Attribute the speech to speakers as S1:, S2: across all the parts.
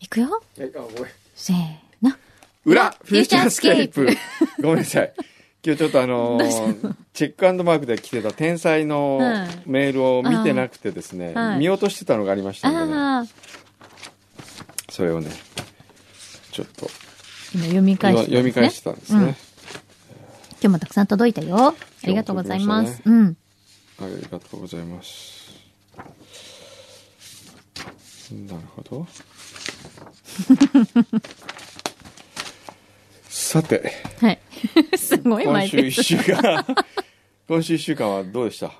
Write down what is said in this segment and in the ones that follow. S1: いくよ
S2: えあごめん
S1: せーの
S2: 裏フ
S1: ュー
S2: ュー
S1: チ
S2: チ
S1: ャ
S2: ャ
S1: ー
S2: ー
S1: ス
S2: ス
S1: ケ
S2: ケ
S1: ー
S2: ー
S1: プ
S2: プごめんなさい今日ちょっとあの
S1: どうし
S2: ーチェックアンドマークで来てた天才の
S1: う
S2: メールを見てなくてですね、
S1: あーはい
S2: 見落としてたのがありましたので、ね、
S1: ああ
S2: それをねちょっと
S1: 今読み返
S2: 今
S1: して、
S2: 読み返してたんですね、
S1: 今日もたくさん届いたよありがとうございます
S2: 今
S1: うん
S2: ありがとうございますなる ほどさて
S1: はい すごい
S2: 今
S1: 前
S2: 週
S1: で
S2: 1
S1: す
S2: 週間 今週1週間はどうでした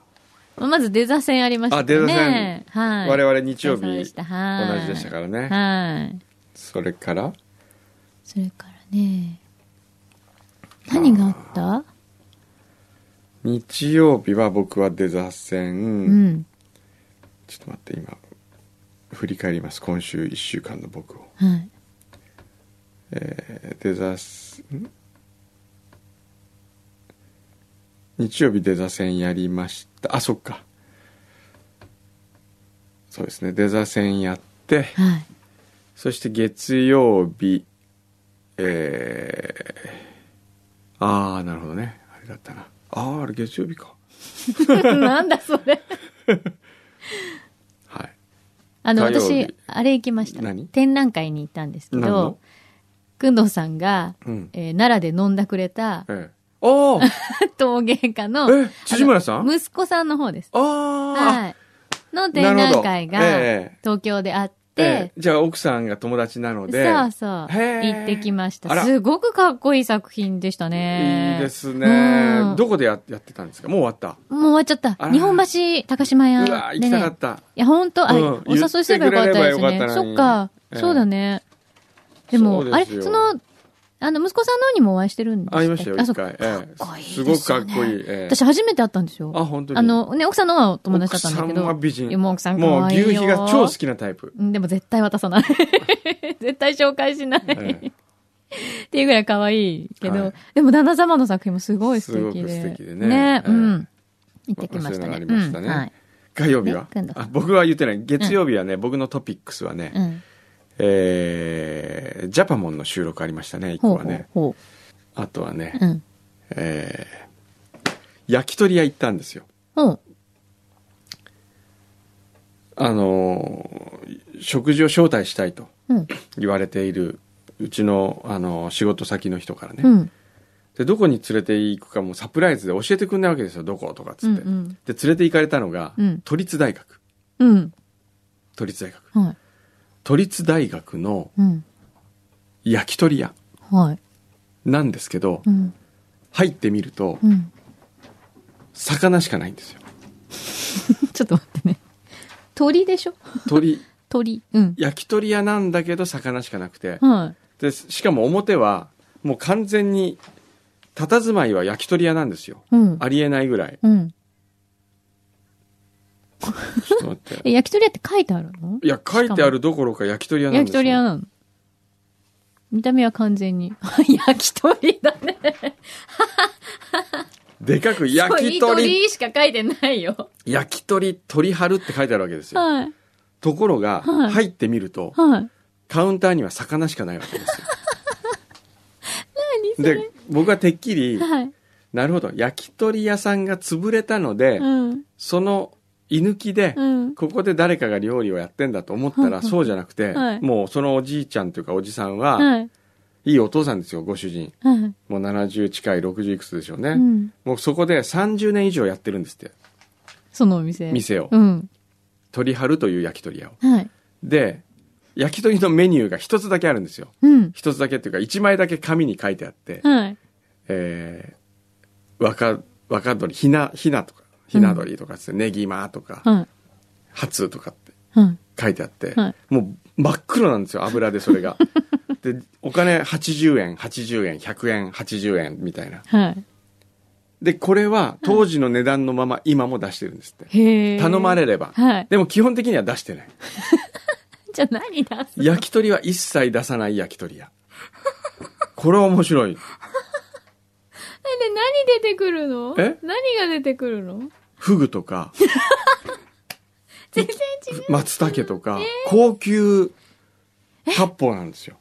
S1: まずデザ戦ありましたね
S2: あデザ戦
S1: はい
S2: 我々日曜日
S1: お疲れ様
S2: 同
S1: で
S2: じ
S1: したはい
S2: でしたからね
S1: はい
S2: それから
S1: それからね何があった
S2: 日曜日は僕は出座戦、
S1: うん
S2: ちょっと待って今振り返ります今週1週間の僕を、
S1: はい
S2: えー、出座すん日曜日出座戦やりましたあそっかそうですね出座戦やって
S1: はい
S2: そして月曜日、えー、ああ、なるほどね。あれだったな。ああ、あれ月曜日か。
S1: なんだそれ。
S2: はい。
S1: あの、
S2: 火曜日
S1: 私、あれ行きました。
S2: 何
S1: 展覧会に行ったんですけ
S2: 何
S1: ど
S2: の、
S1: くんどうさんが、
S2: うん。
S1: えー奈良で飲んだくれた
S2: ええ。あ
S1: 陶芸家
S2: あ
S1: の
S2: え、辻村さんあ
S1: 息子さんの方です。
S2: あー、
S1: はい。の展覧会
S2: なるほ
S1: が
S2: どええ
S1: 東京であっ
S2: ええ
S1: て、
S2: じゃあ奥さんが友達なので。
S1: そうそう、
S2: へえ
S1: 行ってきまし
S2: あ
S1: た。
S2: ら
S1: すごくかっこいい作品でしたね。
S2: いいです
S1: う
S2: ね
S1: ん。
S2: どこでややってたんですかもう終わった。
S1: もう終わっちゃっ
S2: あ
S1: た。
S2: ら
S1: 日本橋高島屋
S2: う
S1: で
S2: わ
S1: ね。
S2: 行きたかった。
S1: いや、本当あ、
S2: うん
S1: お誘いすればよかったです
S2: 言っ
S1: ね。
S2: てくれればよかったのに
S1: そっか、
S2: ええ
S1: そうだね。でも、
S2: そう
S1: あ
S2: で
S1: れ、
S2: すよ
S1: その、あの、息子さんの方にもお会いしてるんです
S2: 会いましたよ、
S1: あ、そう
S2: 一
S1: か。
S2: 回。え
S1: かっこいいですよね
S2: え。すごくかっこいい。ええ
S1: 私初めて会ったんですよ。
S2: あ、本当に。
S1: あ、の、ね、奥さんの方はお友達だったんだけ
S2: 奥さんは
S1: ど。
S2: 美人
S1: いやもう奥さん可
S2: もう
S1: 愛いよ
S2: 牛皮が超好きなタ イプ。
S1: うんでも絶対渡さない。 絶対紹介しない。
S2: ええ
S1: っていうぐらい可愛いけど、
S2: はい
S1: でも旦那様の作品もすごい素敵で。
S2: すごく素敵でねええ
S1: うん。行ってきました
S2: まあそういうのがあ
S1: ね。
S2: りましたね
S1: うんはい。
S2: 火曜日は
S1: ね、くんどさん
S2: あ僕は言ってない月曜日はね、僕のトピックスはね、
S1: うん。
S2: えージャパモンの収録ありましたね一
S1: ほ
S2: 個
S1: う
S2: は
S1: ほう
S2: ね
S1: ほ
S2: あとはね、
S1: う。うん。
S2: えー焼き鳥屋行ったんですよ
S1: ほう。
S2: あのー食事を招待したいと
S1: うん。
S2: 言われているうちの、あのー仕事先の人からね、
S1: うん。
S2: でどこに連れて行くかもサプライズで教えてくんないわけですよどことかっつ
S1: うん。
S2: って、
S1: うん。
S2: で連れて行かれたのが、
S1: うん
S2: 都立大学
S1: うん。
S2: 都立大学
S1: はい。
S2: 都立大学の
S1: うん。
S2: 焼き鳥屋
S1: はい。
S2: なんですけど、
S1: うん。
S2: 入ってみると
S1: うん。
S2: 魚しかないんですよ
S1: ちょっと待ってね。鳥でしょ
S2: 鳥
S1: 鳥。うん。
S2: 焼き鳥屋なんだけど魚しかなくて
S1: は
S2: でしかも表はもう完全に佇まいは焼き鳥屋なんですよ
S1: い。うん。
S2: ありえないぐらい
S1: うん。
S2: ちょっと待って
S1: え、焼き鳥屋って書いてあるの
S2: いや書いてあるどころか焼き鳥屋なん
S1: 焼き
S2: ですよ
S1: 鳥屋なの見た目は完全に。 焼き鳥だね。
S2: でかく焼き鳥
S1: 鳥しか書いてないよ。
S2: 焼き鳥鳥春って書いてあるわけですよ
S1: はい。
S2: ところが
S1: はい
S2: 入ってみると
S1: はい。
S2: カウンターには魚しかないわけですよ
S1: 何それ
S2: で僕はてっきり
S1: はい。
S2: なるほど焼き鳥屋さんが潰れたので、
S1: うん。
S2: その居抜きで、
S1: うん。
S2: ここで誰かが料理をやってんだと思った
S1: うんうん
S2: ら、そうじゃなくて、
S1: はい
S2: もうそのおじいちゃんというかおじさんは、
S1: はい。
S2: いいお父さんですよ、ご主人。
S1: はい。
S2: もう70近い60いくつでしょうね。
S1: うん。
S2: もうそこで30年以上やってるんですって、
S1: そのお店。
S2: 店を。
S1: うん。
S2: 鳥春という焼き鳥屋を。
S1: はい。
S2: で、焼き鳥のメニューが一つだけあるんですよ。
S1: うん。
S2: 一つだけっていうか、一枚だけ紙に書いてあって、
S1: はい。
S2: えー、若、若鳥、ひな、ひなとか、ひな鳥とかっつって、ネギマとか、
S1: はい。
S2: ハツとかって
S1: はい。
S2: 書いてあって、
S1: はい
S2: もう真っ黒なんですよ油でそ れがでお金80円80円100円80円みたいな
S1: はい。
S2: でこれは当時の値段のまま今も出してるんですって、
S1: へえ。
S2: 頼まれれば、
S1: はい。
S2: でも基本的には出してない
S1: じゃあ何出す
S2: 焼き鳥は一切出さない焼き鳥屋これは面白い
S1: 何出てくるの
S2: え
S1: 何が出てくるの
S2: フグとか、
S1: 全然違う。
S2: 松茸とか、高級割烹なんですよ。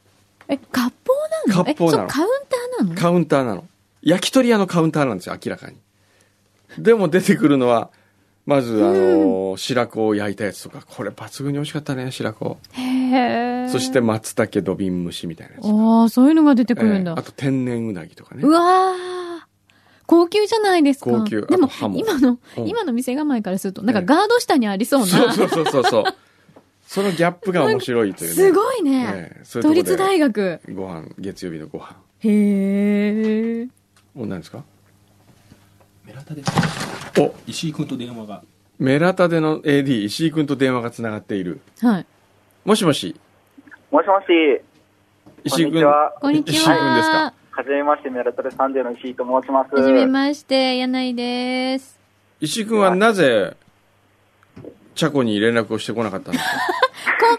S1: え、割烹なの
S2: 割烹な
S1: え、
S2: の
S1: そう、カウンターなの
S2: カウンターなの。焼き鳥屋のカウンターなんですよ、明らかに。でも出てくるのは、まず、あの、白子を焼いたやつとか、これ抜群に美味しかったね、白子。
S1: へえ。
S2: そして、松茸土瓶蒸しみたいなやつ。
S1: ああ、そういうのが出てくるんだ。
S2: ええあと天然うなぎとかね
S1: う。わー高級じゃないですか。
S2: 高級
S1: でも
S2: あとハ、モ
S1: 今の、
S2: うん
S1: 今の店構えからすると、なん
S2: え
S1: か
S2: え
S1: ガード下にありそうな。
S2: そうそうそうそうそう。そのギャップが面白いというね。
S1: すごいね。
S2: ええそういう
S1: 都
S2: とこで
S1: 立大学。
S2: ご飯、月曜日のご飯。
S1: へえ。
S2: お、何ですか
S3: メラタです。
S2: お、
S3: 石井君と電話が。
S2: メラタでの AD、石井君と電話がつながっている。
S1: はい。
S2: もしもし、
S4: もしもし、こ
S2: 石井
S4: ん
S2: 君。
S4: にちは。
S1: こんにちは。
S2: 石井君ですか
S4: はじめまして、メラトルサンデーの石井と申します。
S1: はじめまして、柳井です。
S2: 石井君はなぜ、チャコに連絡をしてこなかったん ですか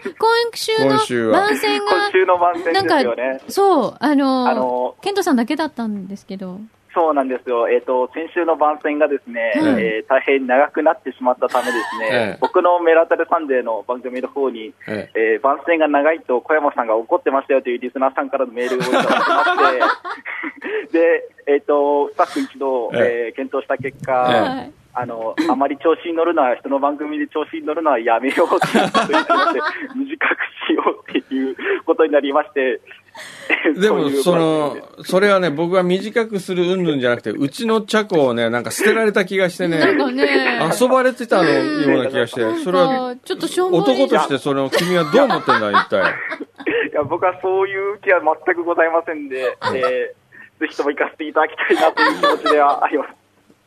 S1: こ、今週
S2: 今週
S1: の
S2: は
S1: 番宣
S4: 今
S1: が、
S4: 週の番
S1: な
S4: 宣で
S1: ん
S4: す
S1: か
S4: よね。、
S1: そう、あのー、
S4: あの
S1: ケントさんだけだったんですけど、
S4: そうなんですよ。えっ、と、先週の番宣がですね、
S1: うん
S4: えー大変長くなってしまったためですね、
S2: ええ
S4: 僕のメラタルサンデーの番組の方に、
S2: え
S4: えー番宣が長いと小山さんが怒ってましたよというリスナーさんからのメールをいただきまして、で、えっ、と、スタッフ一同、
S2: え
S4: えー検討した結
S2: ええ
S4: 果、
S1: はい。
S4: あの、あまり調子に乗るのは、人の番組で調子に乗るのはやめようということになりまして、短くしようっていうことになりまして、
S2: えでも
S4: う、いう
S2: そ
S4: 番組で
S2: の、それはね、僕は短くする云々じゃなくて、うちのチャコをね、なんか捨てられた気がしてね。
S1: なんかね、
S2: 遊ばれてたのような気がして
S1: な、ん
S2: それは
S1: か、ちょっとしょうもない
S2: 男としてそれを君はどう思ってんだ、一体。
S4: いや、僕はそういう気は全くございませ んで、えーぜひとも行かせていただきたいなという気持ちではあります。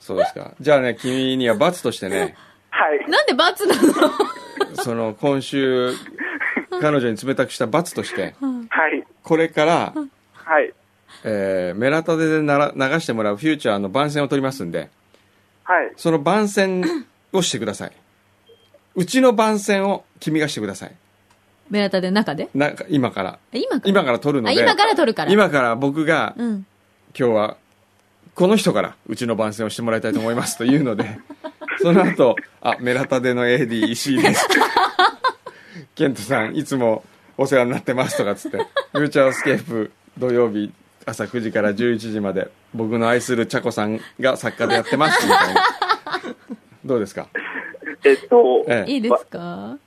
S2: そうですか。じゃあね、君には罰としてね、
S4: はい。
S1: なんで罰なの
S2: その、今週、彼女に冷たくした罰として、
S4: はい。
S2: これから、
S4: はい。
S2: えー、メラタデでなら流してもらうフューチャーの番宣を取りますんで、
S4: はい。
S2: その番宣をしてください。うちの番宣を君がしてください。
S1: 目当たで中で
S2: なんか今から。
S1: え今から
S2: 今から取るの
S1: あ、
S2: で、
S1: 今から撮るから。
S2: 今から僕が、
S1: うん。
S2: 今日はこの人からうちの番宣をしてもらいたいと思いますという のでその後あメラタデの AD 石井です ケントさんいつもお世話になってますとかっつって「フューチャースケープ」土曜日朝9時から11時まで僕の愛するチャコさんが作家でやってますみ たいなどうですか、
S4: えっと、
S2: え
S1: い
S2: え、
S1: いですか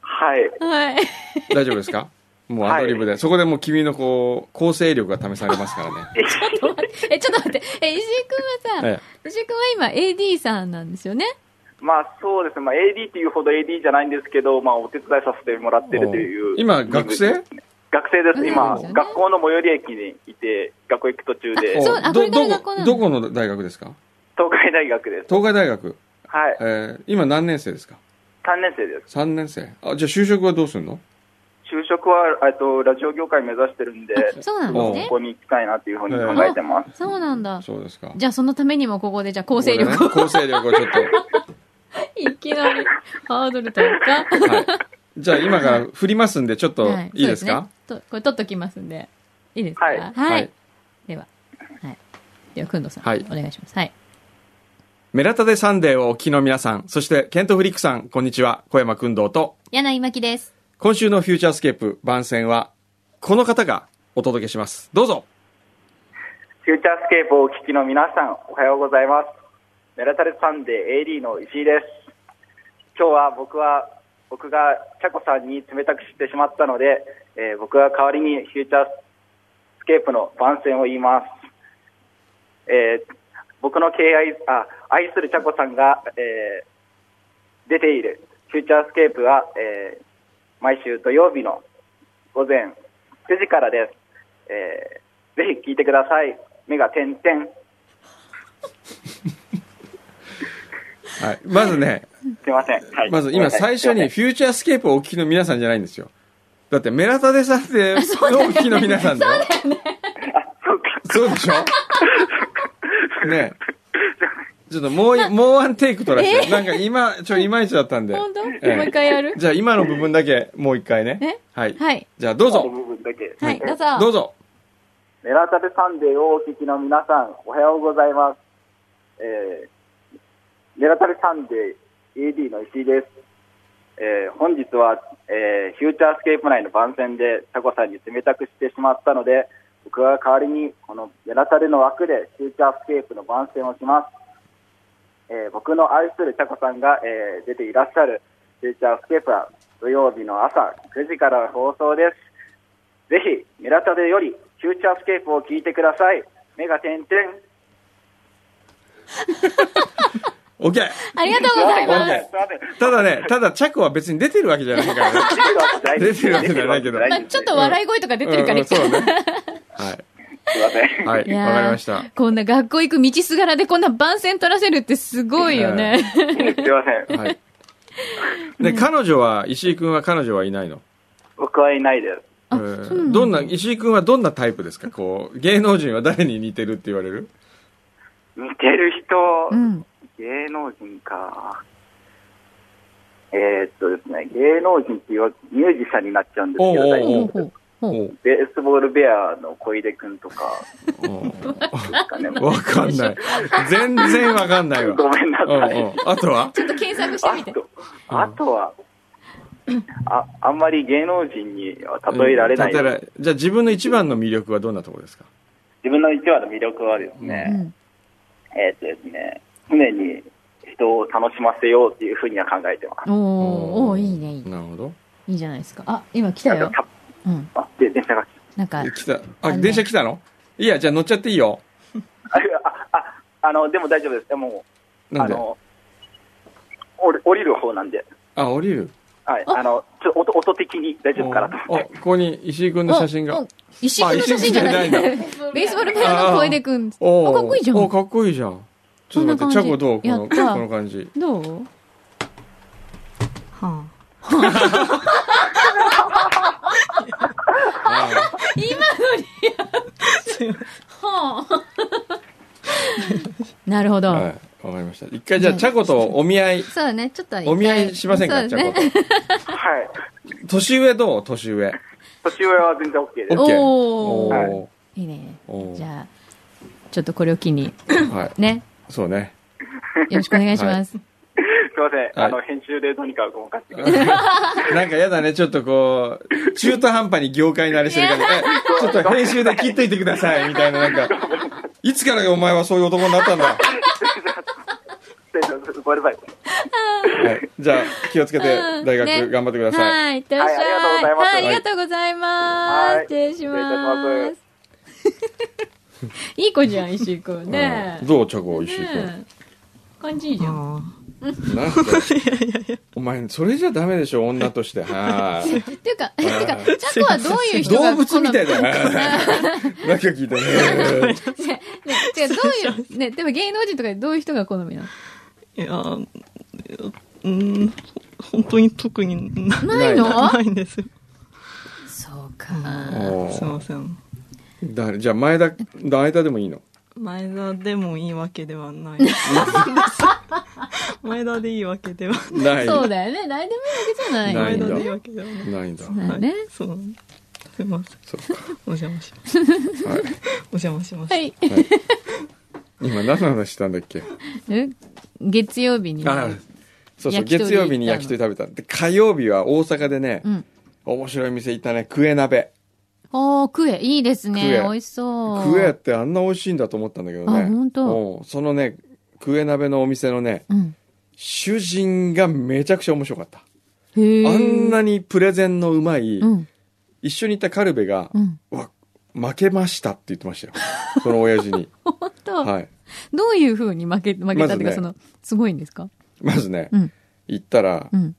S4: はい。
S1: はい。
S2: 大丈夫ですかもうアドリブで、そこでもう君のこう構成力が試されますからね
S1: え、ちょっと待って。え、石井くんはさ、
S2: え
S1: 石井くんは今 AD さんなんですよね。
S4: まあそうですね。まあ AD っていうほど AD じゃないんですけど、まあお手伝いさせてもらってるという。
S2: 今学生
S4: 学生です。
S1: そう
S4: 今、
S1: ですよね
S4: 学校の最寄り駅にいて、学校行く途中で、
S1: そうあこれ
S2: ど
S1: から
S2: ど
S1: 学校
S2: こ
S1: なの
S2: どこの大学ですか
S4: 東海大学です。
S2: 東海大学、
S4: はい
S2: え。ー今何年生ですか
S4: 3年生です。
S2: 3年生あじゃあ就職はどうするの
S4: 就職は、えっと、ラジオ業界目指してるんで、
S1: そうなんです
S4: こ
S1: ね。
S4: こに行きたいなっていうふうに考えてます。
S1: そうなんだ。
S2: そうですか
S1: じゃあそのためにもここで、じゃあ構成力
S2: ここでね構成力をちょっ
S1: いきなりハードルというか。
S2: と、はい、じゃあ今から振りますんでちょっと
S1: はい
S2: いですか、
S1: そうねとこれ取っときますんで。いいですか
S4: はい
S1: はい。では、はい。では、くんどさん。
S2: はい
S1: お願いします。はい。
S2: メラタデサンデーをお聞きの皆さんそしてケントフリックさんこんにちは小山君堂と
S1: 柳井真紀です。
S2: 今週のフューチャースケープ番宣はこの方がお届けしますどうぞ
S4: フューチャースケープをお聞きの皆さん、おはようございます。メラタルサンデー AD の石井です。今日は僕は、僕がチャコさんに冷たくしてしまったので、えー僕が代わりにフューチャースケープの番宣を言います。えー僕の敬愛、あ、愛するチャコさんが、えー出ているフューチャースケープは、えー毎週土曜日の午前9時からです。えーぜひ聞いてください。目が点々。
S2: はい、まずね、
S4: すいません。はい
S2: まず今最初に。フューチャースケープをお聞きの皆さんじゃないんですよ。だってメラタデさんでお聞きの皆さんだよ。
S4: そうか。
S2: そうでしょねえ。ちょっともうい、もうワンテイク取らせて。なんか今、ちょ、いまいちだったんで。
S1: 本当もう
S2: ええ
S1: 一回や る
S2: じゃあ今の部分だけもう一回ね。はい。
S1: はい。
S2: じゃあどう
S4: こ
S2: ぞ。
S4: の部分だけ。
S1: はい、どうぞ。
S2: どうぞ。
S4: メラタルサンデーをお聞きの皆さん、おはようございます。えー、メラタルサンデー AD の石井です。えー、本日は、えー、フューチャースケープ内の番宣でタコさんに冷たくしてしまったので、僕は代わりにこのメラタルの枠でフューチャースケープの番宣をします。えー、僕の愛するタコさんが、えー、出ていらっしゃるフューチャースケープは土曜日の朝9時から放送です。ぜひ、メラタルよりフューチャースケープを聞いてください。目が点々。
S2: オッケー
S1: ありがとうござい
S2: オッ
S1: ま
S2: ケ
S1: す
S2: ー。ただね、ただ、チャコは別に出てるわけじゃないからね。出てるわけじゃないけど
S1: まあちょっと笑い声とか出てるから、
S2: うんうんそうね。はい。
S4: すいません。
S2: はいい、
S1: やー
S2: わかりました。
S1: こんな学校行く道すがらでこんな番宣取らせるってすごいよね。
S4: すいません。
S2: はい。で、彼女は、石井君は彼女はいないの
S4: 僕はいないです。
S1: あ
S2: えー
S1: そうなんだ
S2: どんな、石井君はどんなタイプですかこう、芸能人は誰に似てるって言われる
S4: 似てる人、
S1: うん。
S4: 芸能人か。えー、っとですね、芸能人っていうミュージシャンになっちゃうんですけど、
S2: おうおう
S4: 最
S1: ほうほ
S4: 近
S1: う
S2: お
S1: ほう。
S2: う
S4: ベースボールベアの小出くんとか
S2: お
S4: ですかね。
S2: うわかんない。全然わかんないわ。
S4: ごめんなさい
S2: おうおうあとは
S1: ちょっと検索してみ
S4: あ
S1: て。
S4: と、あとは、あ、あんまり芸能人には例えられない。
S2: うん例えられじゃあ自分の一番の魅力はどんなところですか
S4: 自分の一話の魅力はです
S1: う
S4: ね、
S1: ん。
S4: えー、っとですね、常に人を楽しませようっていうふうには考えてます。
S1: おーおーいいね、いいね
S2: なるほど。
S1: いいじゃないですか。あ、今来たよ。
S4: た
S1: うん。
S4: あ、で電車が来
S1: なんか、
S2: 来た。
S1: あ
S2: あ、
S1: の
S2: 電車来たのいいや、じゃあ乗っちゃっていいよ。
S4: ああああの、でも大丈夫です。でも、
S2: な
S4: あ
S2: んで
S4: の、降り降りる方なんで、
S2: あ、降りる。
S4: はい、
S1: あ
S4: あの、ちょっと音音的に大丈夫かなと
S2: お、おここに石井君の写真
S1: お
S2: が
S1: お。石井君の写真じゃないんだ。
S2: あ
S1: ベー
S2: 石
S1: スボールペアの小出くん。
S2: お
S1: あかっこいいじゃん
S2: お、かっこいいじゃん。ちょっと待
S1: こんな感
S2: って、
S1: じ
S2: チャコどうこ
S1: や
S2: の、
S1: っ
S2: こ
S1: た
S2: の感じ。
S1: どうはあ、
S2: あ
S1: 今のリアはあ。 なるほど。
S2: あはい。わかりました。一回じゃあ、チャコとお見合い、
S1: そうだね、ちょっと一回
S2: お見合いしません
S1: そ
S2: か、
S1: う
S2: チ
S1: です
S2: ャ
S1: ね。
S2: コと。
S4: はい。
S2: 年上どう年上。
S4: 年上は全然 OK です。
S2: OK。
S1: おー
S2: お
S1: いいね
S2: お。う
S1: じゃあ、ちょっとこれを機に、
S2: ーはい。
S1: ね、
S2: そうね。
S1: よろしくお願いします。
S4: すいません。
S2: はい
S4: あの、編集でどうにかごまかしてください。
S2: なんかやだね、ちょっとこう、中途半端に業界慣れしてるから、えちょっと編集で切っといてください、みたいな、なんか、いつからお前はそういう男に なったんだ。は
S4: 失礼しますごめんなさい。
S2: い。じゃあ、気をつけて
S1: うん、
S2: 大
S1: ね
S2: 学頑張ってください。
S1: はい、いってらっしゃい。
S4: はい
S1: はい、ありがとうございます。
S4: はい
S1: 失礼し
S4: 失礼いたし
S1: ま。
S4: ます
S1: いい子じゃん、石井君ね
S2: うん。どう、チョコ、石井君。
S1: ね感じいいじゃん。
S2: なんか、お前、それじゃダメでしょ、女として。はい。
S1: っていうか、 っていうか、チャコはどういう人が
S2: 動物みたいだ
S1: ね。
S2: な。 なんか聞いたね。
S1: ね、違うどういう、ね、でも芸能人とかでどういう人が好みなの
S5: いやー、うーん、本当に特にな
S1: ないの
S5: ないんですよ。
S1: そうか。
S2: お
S5: すい
S2: ー
S5: ません。
S2: 誰じゃあ、前田、前田でもいいの
S5: 前田でもいいわけでは ないです。前田でいいわけでは
S2: ない。
S1: そうだよね。誰でもいいわけじゃないよ
S2: な
S5: 前
S2: いん
S5: 田
S2: だ
S5: でいいわけではない。
S2: ないんだ。
S1: まあね
S5: はいそうなんです。すいません。
S2: そっか。
S5: お邪魔します。
S2: はい。
S5: お邪魔します。
S1: はい。
S2: はい今何の話したんだっけ
S1: え月曜日に。
S2: あそうそう
S1: 焼き鳥
S2: 月曜日に焼き鳥食べたで火曜日は大阪でね、
S1: うん。
S2: 面白い店行ったねクエ鍋
S1: おー、クエ。いいですね。
S2: クエ
S1: 美味しそう。
S2: クエってあんな美味しいんだと思ったんだけどね
S1: あ本当
S2: うんそのねクエ鍋のお店のね
S1: うん。
S2: 主人がめちゃくちゃ面白かった
S1: へー
S2: あんなにプレゼンのうまい、
S1: うん。
S2: 一緒に行ったカルベが
S1: う、ん。
S2: わ負けましたって言って ましたよその親父に
S1: 本当、
S2: はい
S1: どういう風に負け、負けたっていうか、
S2: まずね
S1: その、すごいんですか
S2: まずね、
S1: うん。
S2: 行ったら、
S1: うん。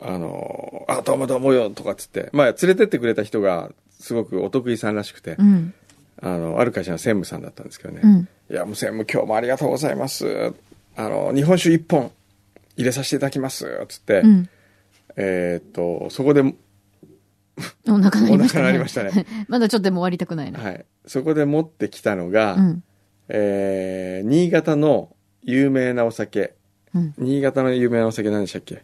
S2: あのーあ、どうもどうもよ、とかっつって、まあ、連れてってくれた人が、すごくお得意さんらしくて、
S1: うん。
S2: あの、ある会社の専務さんだったんですけどね、
S1: うん。
S2: いや、もう専務今日もありがとうございます。あの、日本酒一本入れさせていただきます、つって、
S1: うん。
S2: えーっと、そこで、
S1: お腹鳴りましたね。
S2: お腹鳴りましたね
S1: まだちょっとでも終わりたくないな。
S2: はい、そこで持ってきたのが、
S1: うん。
S2: えー新潟の有名なお酒、
S1: うん。
S2: 新潟の有名なお酒何でしたっけ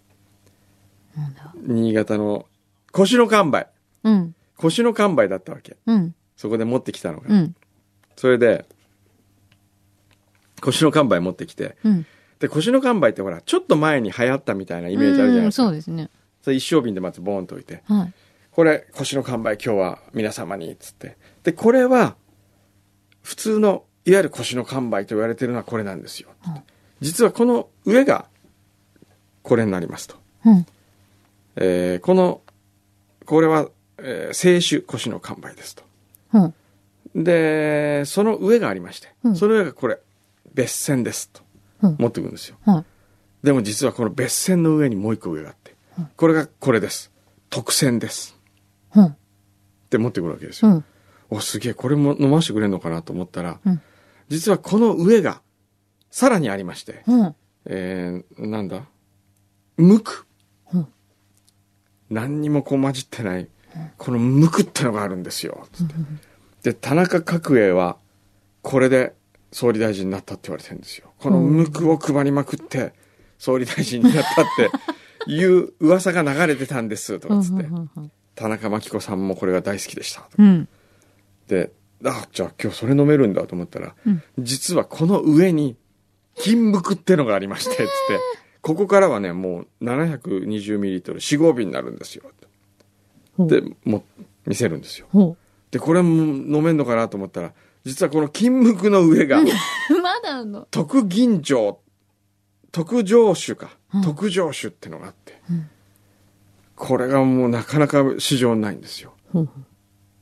S1: なんだ。
S2: 新潟の、腰の乾杯。
S1: うん。
S2: 腰の乾杯だったわけ。
S1: うん。
S2: そこで持ってきたのが。
S1: うん。
S2: それで、腰の乾杯持ってきて
S1: うん。
S2: で腰の乾杯ってほらちょっと前に流行ったみたいなイメージあるじゃない
S1: うん
S2: ですか
S1: そうですね。
S2: それ一升瓶でまずボーンと置いて
S1: はい。
S2: これ腰の乾杯今日は皆様にっつってでこれは普通のいわゆる腰の乾杯と言われてるのはこれなんですよ、
S1: うん
S2: 実はこの上がこれになりますと、
S1: うん。
S2: えーこのこれは、えー清酒腰の乾杯ですと
S1: うん。
S2: でその上がありまして、
S1: うん
S2: その上がこれ別線ですと
S1: うん
S2: 持ってくるんですよ
S1: はい。
S2: でも実はこの別線の上にもう一個上があって、
S1: うん
S2: これがこれです特線です
S1: うん。
S2: って持ってくるわけですよ、
S1: うん。
S2: おすげえこれも飲ましてくれるのかなと思ったら、
S1: うん
S2: 実はこの上がさらにありまして、
S1: うん。
S2: えー、なんだ無垢、
S1: うん
S2: 何にもこう混じってないこの無垢ってのがあるんですよつってで田中角栄はこれで総理大臣になったって言われてるんですよこの無垢を配りまくって総理大臣になったっていう噂が流れてたんですと
S1: う
S2: か
S1: ん。
S2: つって
S1: うん
S2: 田中真紀子さんもこれが大好きでしたと
S1: う
S2: か
S1: ん。
S2: で、あ、じゃあ今日それ飲めるんだと思ったら、
S1: うん
S2: 実はこの上に、金服ってのがありまして、つって、ここからはね、もう720ミリリットル、4合瓶になるんですよ。
S1: ほう
S2: で、も、見せるんですよ。
S1: ほ
S2: で、これも飲めんのかなと思ったら、実はこの金服の上が、
S1: う。まだあんの。
S2: 特銀醸、特上酒か
S1: うん。
S2: 特上酒ってのがあって
S1: ん、
S2: これがもうなかなか市場にないんですよ。
S1: ほう。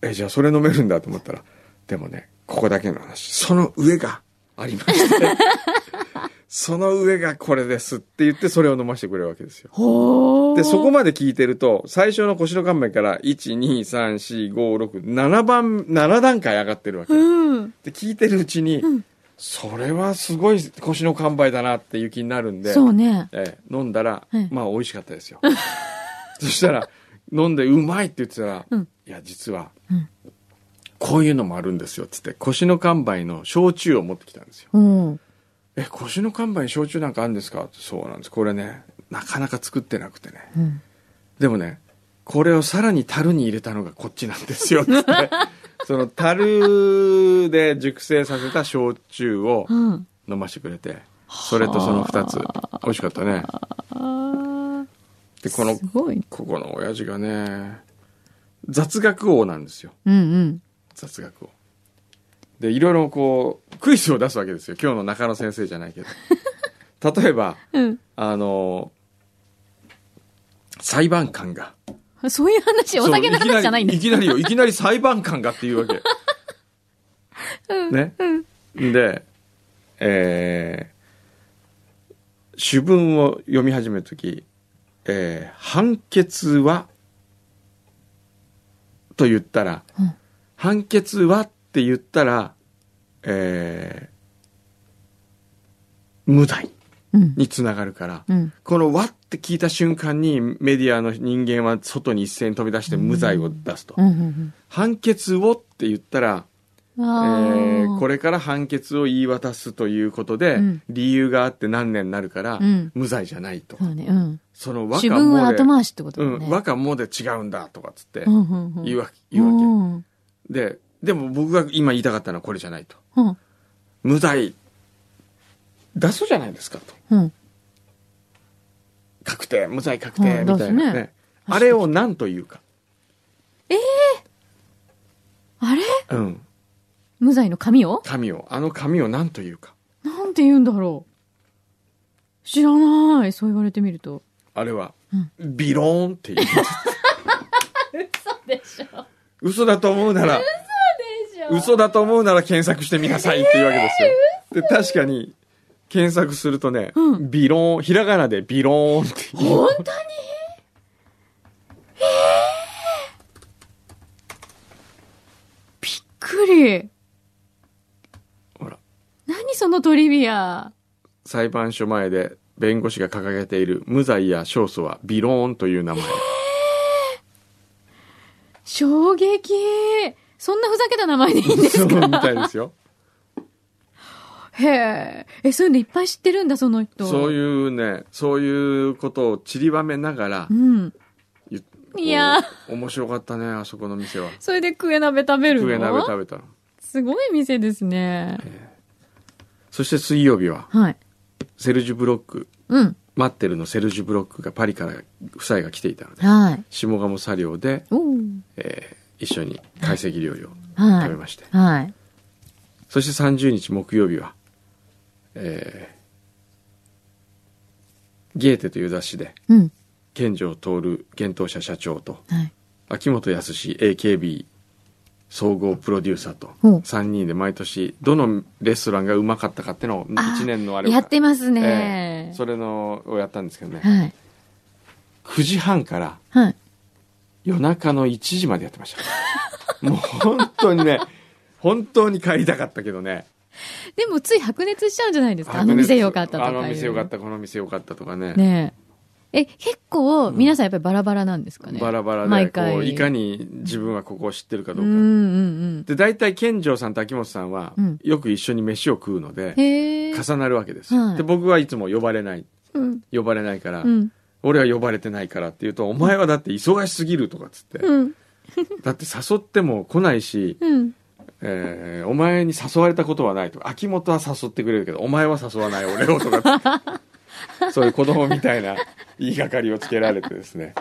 S2: えじゃあそれ飲めるんだと思ったらでもねここだけの話その上がありまして その上がこれですって言ってそれを飲ませてくれるわけですよ
S1: ほう。
S2: でそこまで聞いてると最初の腰の乾杯から1234567番7段階上がってるわけ
S1: うん。
S2: で聞いてるうちに、それはすごい腰の乾杯だなっていう気になるんで
S1: そうね。
S2: ええ飲んだら、
S1: はい
S2: まあ美味しかったですよ そしたら飲んでうまいって言ってたら、
S1: うん
S2: いや実は、
S1: うん
S2: こういうのもあるんですよっつって腰の乾杯の焼酎を持ってきたんですよ
S1: うん。
S2: え腰の乾杯に焼酎なんかあるんですかそうなんですこれねなかなか作ってなくてね
S1: うん。
S2: でもねこれをさらに樽に入れたのがこっちなんですよっつって その樽で熟成させた焼酎を
S1: うん。
S2: 飲ませてくれてそれとその2つ美味しかったね
S1: あ
S2: で
S1: あ。
S2: この
S1: すごい。
S2: ここの親父がね、雑学王なんですよ。
S1: うんうん。
S2: 雑学王。で、いろいろこう、クイズを出すわけですよ。今日の中野先生じゃないけど。 例えば、
S1: うん
S2: あの、裁判官が。
S1: あ。そういう話、お酒の
S2: そう
S1: 話じゃないんだ。
S2: いきなりいきなりよ、いきなり裁判官がっていうわ け。ね。で、えー、主文を読み始めるとき、えー判決は、と言ったら、
S1: うん
S2: 判決はって言ったら、えー無罪
S1: うん。
S2: につながるから、
S1: うん。
S2: この「わ」って聞いた瞬間にメディアの人間は外に一斉に飛び出して無罪を出すと、
S1: うんうん
S2: 判決をって言ったら、
S1: うん。
S2: え
S1: あ
S2: ー
S1: あ。
S2: これから判決を言い渡すということで、
S1: うん
S2: 理由があって何年になるから、
S1: うん
S2: 無罪じゃないと、
S1: そうね。うん。
S2: その和
S1: 自
S2: 歌
S1: 分は
S2: もで
S1: 後、回しってこと
S2: う
S1: だよ
S2: ん、
S1: ね。
S2: 和歌もで違うんだとかっつって
S1: うんうんうん。
S2: 言うわけ,、言うわ
S1: うん
S2: けででも僕が今言いたかったのはこれじゃないと
S1: うん。
S2: 無罪出そうじゃないですかと
S1: うん。
S2: 確定無罪確定
S1: うん
S2: みたい
S1: 出
S2: な、ね
S1: すね
S2: あれを何というか
S1: あれ
S2: うん、
S1: 無罪の紙を
S2: 紙をあの紙を何というか
S1: なんて言うんだろう。知らない。そう言われてみると。
S2: あれは、
S1: うん
S2: ビローン っていう
S1: そうでしょ。
S2: 嘘だと思うなら
S1: でし
S2: 嘘だと思うなら検索してみなさいっていうわけですよ。で、確かに、検索するとね、
S1: うん
S2: ビローン、ひらがなでビローンっていう。
S1: 本当にびっくり。
S2: ほら、
S1: 何そのトリビア。
S2: 裁判所前で弁護士が掲げている無罪や勝訴はビローンという名前。
S1: 衝撃。そんなふざけた名前でいいんです
S2: そうみたいですよ。
S1: へえ。え、そういうのいっぱい知ってるんだ、その人。
S2: そう
S1: う。
S2: いうね、そういうことを散りばめながら
S1: う、ん。
S2: ゆこう
S1: いや
S2: 面白かったね、あそこの店は。
S1: それでクエ鍋食べるの
S2: 笛鍋食べたの。
S1: すごい店ですね。
S2: そして水曜日は、
S1: はい。
S2: セルジュブロック、
S1: うん。
S2: 待ってるのセルジュブロックがパリから夫妻が来ていたので、
S1: はい。
S2: 下鴨サリオで、
S1: おー
S2: えー一緒に懐石料理を
S1: は
S2: 食べ
S1: い。
S2: まして、
S1: はい。
S2: そして30日木曜日は、えーゲーテという雑誌で、
S1: うん。
S2: 健城徹厳冬社社長と、
S1: はい。
S2: 秋元康 AKB 総合プロデューサーと
S1: ほう
S2: 3人で毎年どのレストランがうまかったかってのを
S1: あー
S2: 1年のあれを
S1: やってます
S2: え
S1: ね
S2: え。それのをやったんですけどね
S1: はい。
S2: 9時半から
S1: はい。
S2: 夜中の1時までやってました もう本当にね本当に帰りたかったけどね
S1: でもつい白熱しちゃうんじゃないですかあの店よかったとか
S2: あ
S1: いう。
S2: の店よかったこの店よかったとかね
S1: ねえ。え、結構、皆さんやっぱりバラバラなんですかね。
S2: バラバラで
S1: 毎
S2: こう
S1: 回。
S2: いか
S1: に
S2: に自分はここを知ってるかど
S1: う
S2: うんか、
S1: うん
S2: で大体健城さんと秋元さんは
S1: うん
S2: よく一緒に飯を食うので
S1: うん。、へえ。
S2: 重なるわけですよ、
S1: はい
S2: で僕はいつも呼ばれない
S1: うん。
S2: 呼ばれないから、
S1: うん。
S2: 俺は呼ばれてないからって言うと「お前はだって忙しすぎる」とかっつって、
S1: うん。
S2: だって誘っても来ないし、
S1: うん。
S2: えーお前に誘われたことはない」とか「秋元は誘ってくれるけどお前は誘わない俺を」とかっつ ってそういう子供みたいな言いがかりをつけられてですね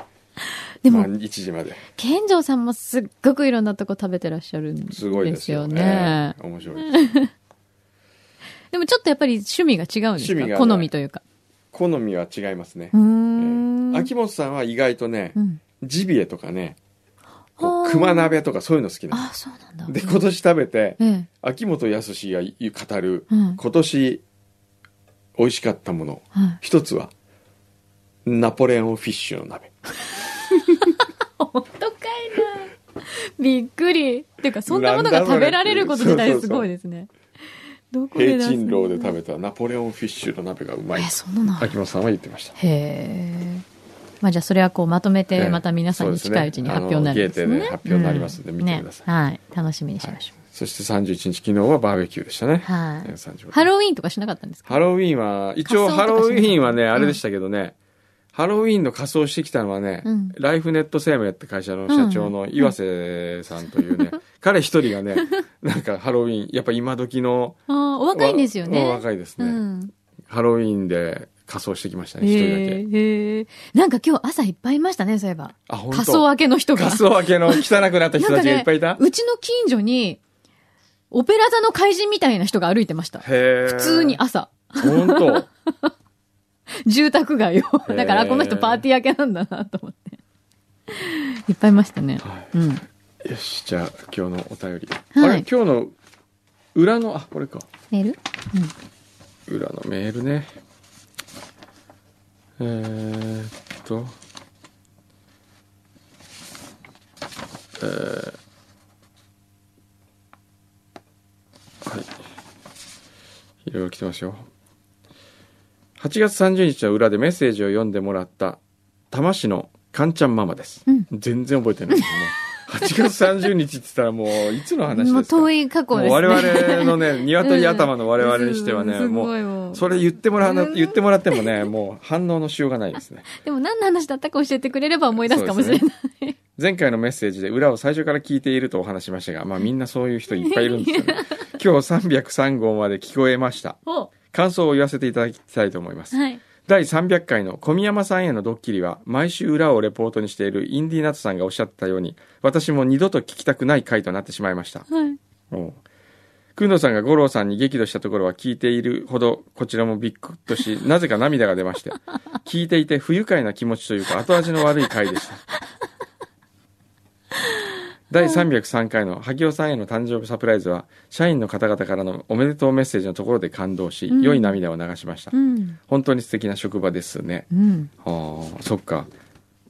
S1: で
S2: まあ、
S1: も、
S2: 1時まで
S1: 健城さんもすっごくいろんなとこ食べてらっしゃるんです
S2: すご
S1: よ
S2: い
S1: ね。
S2: ですよえー面白いです
S1: でもちょっとやっぱり趣味が違うんです
S2: 趣味
S1: か
S2: が
S1: 好みというか。
S2: 好みは違いますね
S1: う、
S2: え
S1: ーん。
S2: ー秋元さんは意外とね、
S1: うん。
S2: ジビエとかね
S1: は
S2: こう
S1: あ
S2: 熊鍋とかそういうの好きなの
S1: ああ、そうなんだ。
S2: で今年食べて
S1: ええ。
S2: 秋元康が言う語る
S1: うん。
S2: 今年美味しかったもの
S1: はい。
S2: 一つはナポレオンフィッシュの鍋
S1: 本当かいな。びっくり。ていうか、そんなものが食べられること自体すごいですね。どこで
S2: 平
S1: 出す
S2: 珍
S1: の
S2: 楼で食べたナポレオンフィッシュの鍋がうまい
S1: え、そんなのある
S2: 秋元さんは言ってました
S1: へえ。まあじゃあそれはこうまとめ
S2: え
S1: て
S2: え
S1: また皆さんに近いうちに発表になるんです
S2: そう
S1: ね。
S2: ですねあのゲーテで発表になりますんで
S1: う
S2: 見てください
S1: ねはい。楽しみにしましょ
S2: そして31日昨日はバーベキューでしたね、
S1: う。はい。
S2: えー35
S1: ハロウィーンとかしなかったんですか
S2: ハロウィンは一応
S1: 仮装とか
S2: ハロウィンはね
S1: しなかった
S2: あれでしたけどね、ハロウィンの仮装してきたのはね、
S1: うん
S2: ライフネット生命って会社の社長の岩瀬さんというね、 彼一人がね、なんかハロウィン、やっぱ今時の
S1: ああ、お若いんですよね。
S2: わ若いですね、
S1: うん。
S2: ハロウィンで仮装してきましたね、一人だ
S1: へ
S2: け。
S1: え。へえなんか今日朝いっぱいいましたね、そういえば。
S2: あ、本当
S1: 仮装明けの人が。
S2: 仮装明けの汚くなった人たちがいっぱいいた、
S1: うちの近所に、オペラ座の怪人みたいな人が歩いてました。
S2: へ
S1: 普通に。朝、
S2: 本当。
S1: 住宅街を。
S2: へー
S1: だから、あこの人パーティー明けなんだなと思って。いっぱいいましたね。
S2: は
S1: うん。
S2: いよし、じゃあ今日のお便り。
S1: はい
S2: あれ、今日の裏の、あ、これか。
S1: メール
S2: 裏のメールね。えー、っと。えーはい。いろいろ来てますよ。8月30日の裏でメッセージを読んでもらった多摩市のかんちゃんママです、
S1: うん
S2: 全然覚えてないですね8月30日って言ったらもういつの話ですか
S1: もう遠い過去ですね。
S2: もう我々 のね、鶏頭の我々にしてはね、
S1: うんす
S2: も、
S1: ごいうもう
S2: それ言ってもらわな、言ってもらってもね、もう反応のしようがないですね。
S1: でも何の話だったか教えてくれれば思い出すかもしれない。
S2: そう前回のメッセージで裏を最初から聞いているとお話しましたが、まあみんなそういう人いっぱいいるんです よね。今日303号まで聞こえました。
S1: お
S2: 感想を言わせていただきたいと思い ます。
S1: はい。
S2: 第300回の小宮山さんへのドッキリは毎週裏をレポートにしているインディーナッツさんがおっしゃったように私も二度と聞きたくない回となってしまいました
S1: はい。
S2: うんくんどうさんが五郎さんに激怒したところは聞いているほどこちらもびっくっ としなぜか涙が出まして聞いていて不愉快な気持ちというか後味の悪い回 でした第303回の萩尾さんへの誕生日サプライズは社員の方々からのおめでとうメッセージのところで感動し、
S1: うん
S2: 良い涙を流しました、
S1: うん。
S2: 本当に素敵な職場ですね
S1: うん。
S2: ああそっか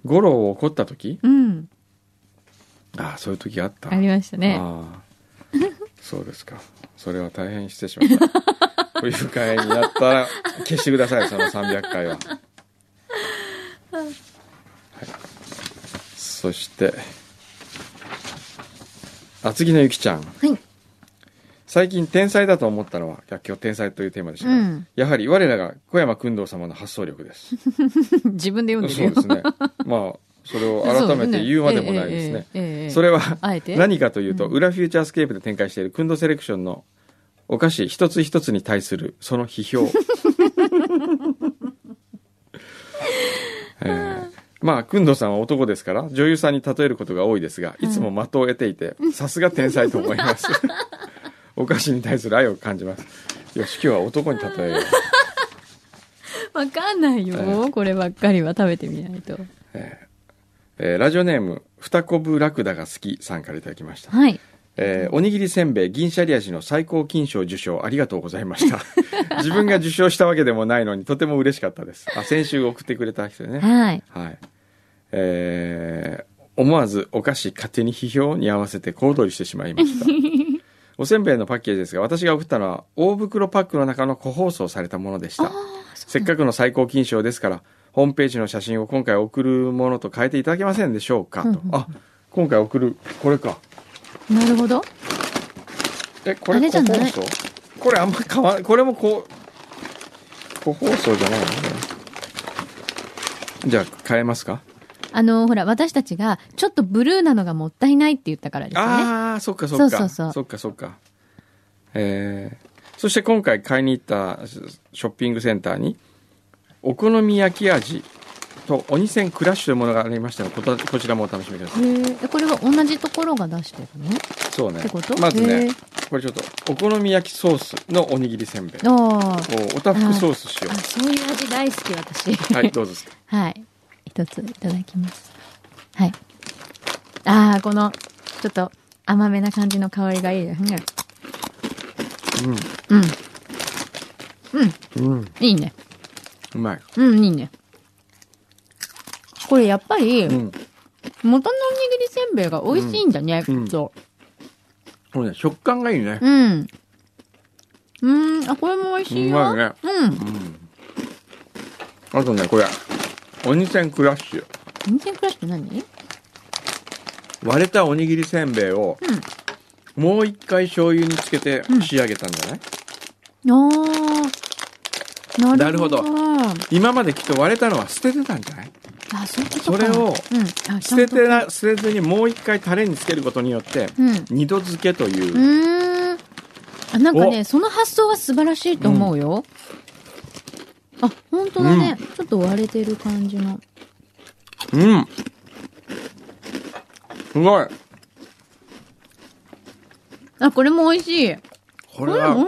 S2: 五郎を怒った時
S1: うん。
S2: ああそういう時があった
S1: ありましたね。
S2: ああそうですかそれは大変失礼しました不愉快になっ たら消してくださいその300回は、はい、そして厚木のゆきちゃ
S1: は
S2: ん
S1: い。
S2: 最近天才だと思ったのは逆境天才というテーマでしたが、
S1: うん
S2: やはり我らが小山君堂様の発想力です
S1: 自分で読んで
S2: そう
S1: る
S2: です
S1: よ。
S2: ねまあそれを改めて言うまでもない ですね
S1: そうね。ええええええええ
S2: それは
S1: あえて
S2: 何かというと、
S1: うん
S2: 裏フューチャースケープで展開しているクンドセレクションのお菓子一つ一つに対するその 批評、えーまあ、くんどさんは男ですから女優さんに例えることが多いですがいつも的を得ていてさすが天才と思います お菓子に対する愛を感じますよし今日は男に例えよう、
S1: わかんないよ、
S2: う
S1: こればっかりは食べてみないと。
S2: えーラジオネーム「ふたこぶラクダが好き」さんからいただきました
S1: はい。
S2: えーおにぎりせんべい銀シャリ味の最高金賞受賞ありがとうございました 自分が受賞したわけでもないのにとても嬉しかったですあ先週送ってくれた人ね
S1: はい。
S2: はいえー思わずお菓子勝手に批評に合わせて小躍りしてしまいました おせんべいのパッケージですが私が送ったのは大袋パックの中の個包装されたものでしたせっかくの最高金賞ですからホームページの写真を今回送るものと変えていただけませんでしょうかとあ今回送るこれか
S1: なるほど。
S2: えこ
S1: あ
S2: れ
S1: れじ
S2: 個
S1: ゃない
S2: 包装これあんま変わこれもこう個包装じゃないのねじゃあ変えますか
S1: あの、ほら、私たちが、ちょっとブルーなのがもったいないって言ったからですよね。
S2: ああそっかそっか
S1: そうそうそう
S2: っかそっかえー、そして今回買いに行ったショッピングセンターにお好み焼き味と鬼せんクラッシュというものがありましたのでこたこちらもお楽しみください
S1: へーえ、これは同じところが出してるの
S2: そうね
S1: ってこと
S2: まず
S1: へ
S2: ね
S1: ー
S2: これちょっとお好み焼きソースのおにぎりせんべい
S1: あー
S2: おおたふくソースしよ
S1: あ、そういう味大好き、私。
S2: うはいどうぞ
S1: はい。一ついただきます。はい。ああ、この、ちょっと甘めな感じの香りがいいですね。うん。
S2: うんうん
S1: いいね。
S2: うまい
S1: うん、いいね。これやっぱり、
S2: うん
S1: 元のおにぎりせんべいが美味しいんだね、
S2: うん
S1: きっと。
S2: これね食感がいいね
S1: うん。うん、あ、これも美味しいよ。
S2: うまいね
S1: うん。
S2: あとねこれ鬼せんクラッシュ
S1: 全然クラッシュ何
S2: 割れたおにぎりせんべいを、もう一回醤油につけて仕上げたんじゃない、
S1: ああ。な
S2: な
S1: る
S2: る
S1: ほ
S2: ほ
S1: ど。
S2: ど今まできっと割れたのは捨ててたんじゃない
S1: あ、そういうことか
S2: それを
S1: うん、あ
S2: 捨てて
S1: ちゃんと
S2: な捨てずにもう一回タレにつけることによって、
S1: うん
S2: 二度漬けというう、
S1: ーん。あ、なんかね、
S2: お
S1: その発想は素晴らしいと思うよ。あ、本当だね、ちょっと割れてる感じの。
S2: うん、すごい
S1: あ、これも美味しい。
S2: こ
S1: これ
S2: れ
S1: も美
S2: は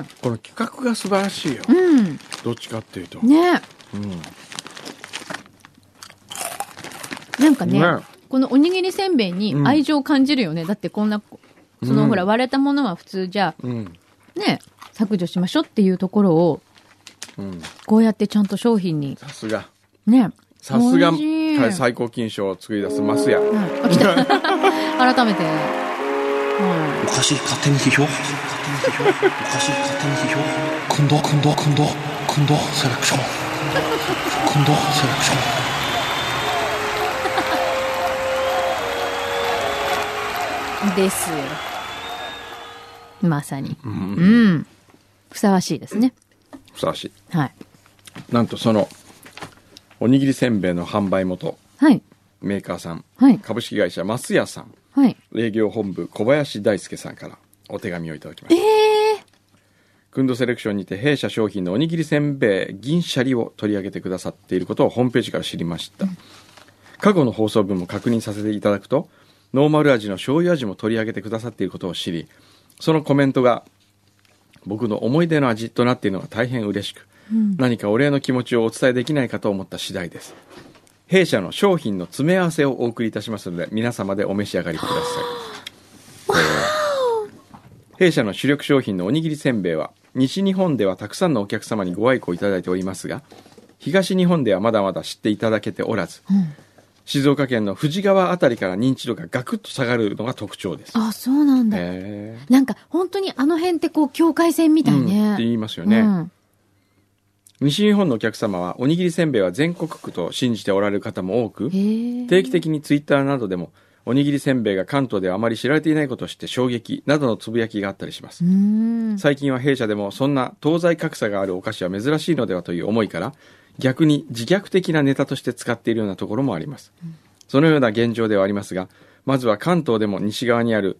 S1: 味
S2: この企画が素晴らしいよ、
S1: しいね。
S2: どっちかっていうと、
S1: うん。ね
S2: うん
S1: なんかね
S2: ね
S1: このおにぎりせんべいに愛情を感じるよね。だってこんな、その、
S2: うん
S1: ほら、割れたものは普通じゃ、
S2: うん
S1: ね、削除しましょうっていうところを、
S2: うん、
S1: こうやってちゃんと商品に、
S2: さすが
S1: ね。
S2: さすが
S1: 美味しい
S2: はい最高金賞を作り出すマスヤ
S1: はい、あ、来 た。改めて。は
S6: おかしい勝手に批評おかしい勝手に批評今度今度今度今度セレクション今度セレクション
S1: い。です。まさに。
S2: ん
S1: うん。ふさわしいですね。
S2: ふさわしい
S1: はい。
S2: なんとそのおにぎりせんべいの販売元
S1: はい。
S2: メーカーさん、
S1: はい
S2: 株式会社増屋さん
S1: はい。
S2: 営業本部小林大輔さんからお手紙をいただきま
S1: え
S2: した
S1: え
S2: クンドセレクションにて弊社商品のおにぎりせんべい銀シャリを取り上げてくださっていることをホームページから知りました、過去の放送分も確認させていただくとノーマル味の醤油味も取り上げてくださっていることを知りそのコメントが僕の思い出の味となっているのが大変嬉しく、何かお礼の気持ちをお伝えできないかと思った次第です弊社の商品の詰め合わせをお送りいたしますので皆様でお召し上がりください弊社の主力商品のおにぎりせんべいは西日本ではたくさんのお客様にご愛顧いただいておりますが東日本ではまだまだ知っていただけておらず、静岡県の富士川あたりから認知度がガクッと下がるのが特徴です
S1: あ、そうなんだ。
S2: へえ
S1: なんか、本当にあの辺ってこう、境界線みたい
S2: うん
S1: ね。
S2: って言いますよね、
S1: うん
S2: 西日本のお客様はおにぎりせんべいは全国区と信じておられる方も多
S1: へ
S2: く
S1: え
S2: 定期的にツイッターなどでもおにぎりせんべいが関東ではあまり知られていないことを知って衝撃などのつぶやきがあったりします
S1: うーん。
S2: 最近は弊社でもそんな東西格差があるお菓子は珍しいのではという思いから逆に自虐的なネタとして使っているようなところもあります、そのような現状ではありますがまずは関東でも西側にある、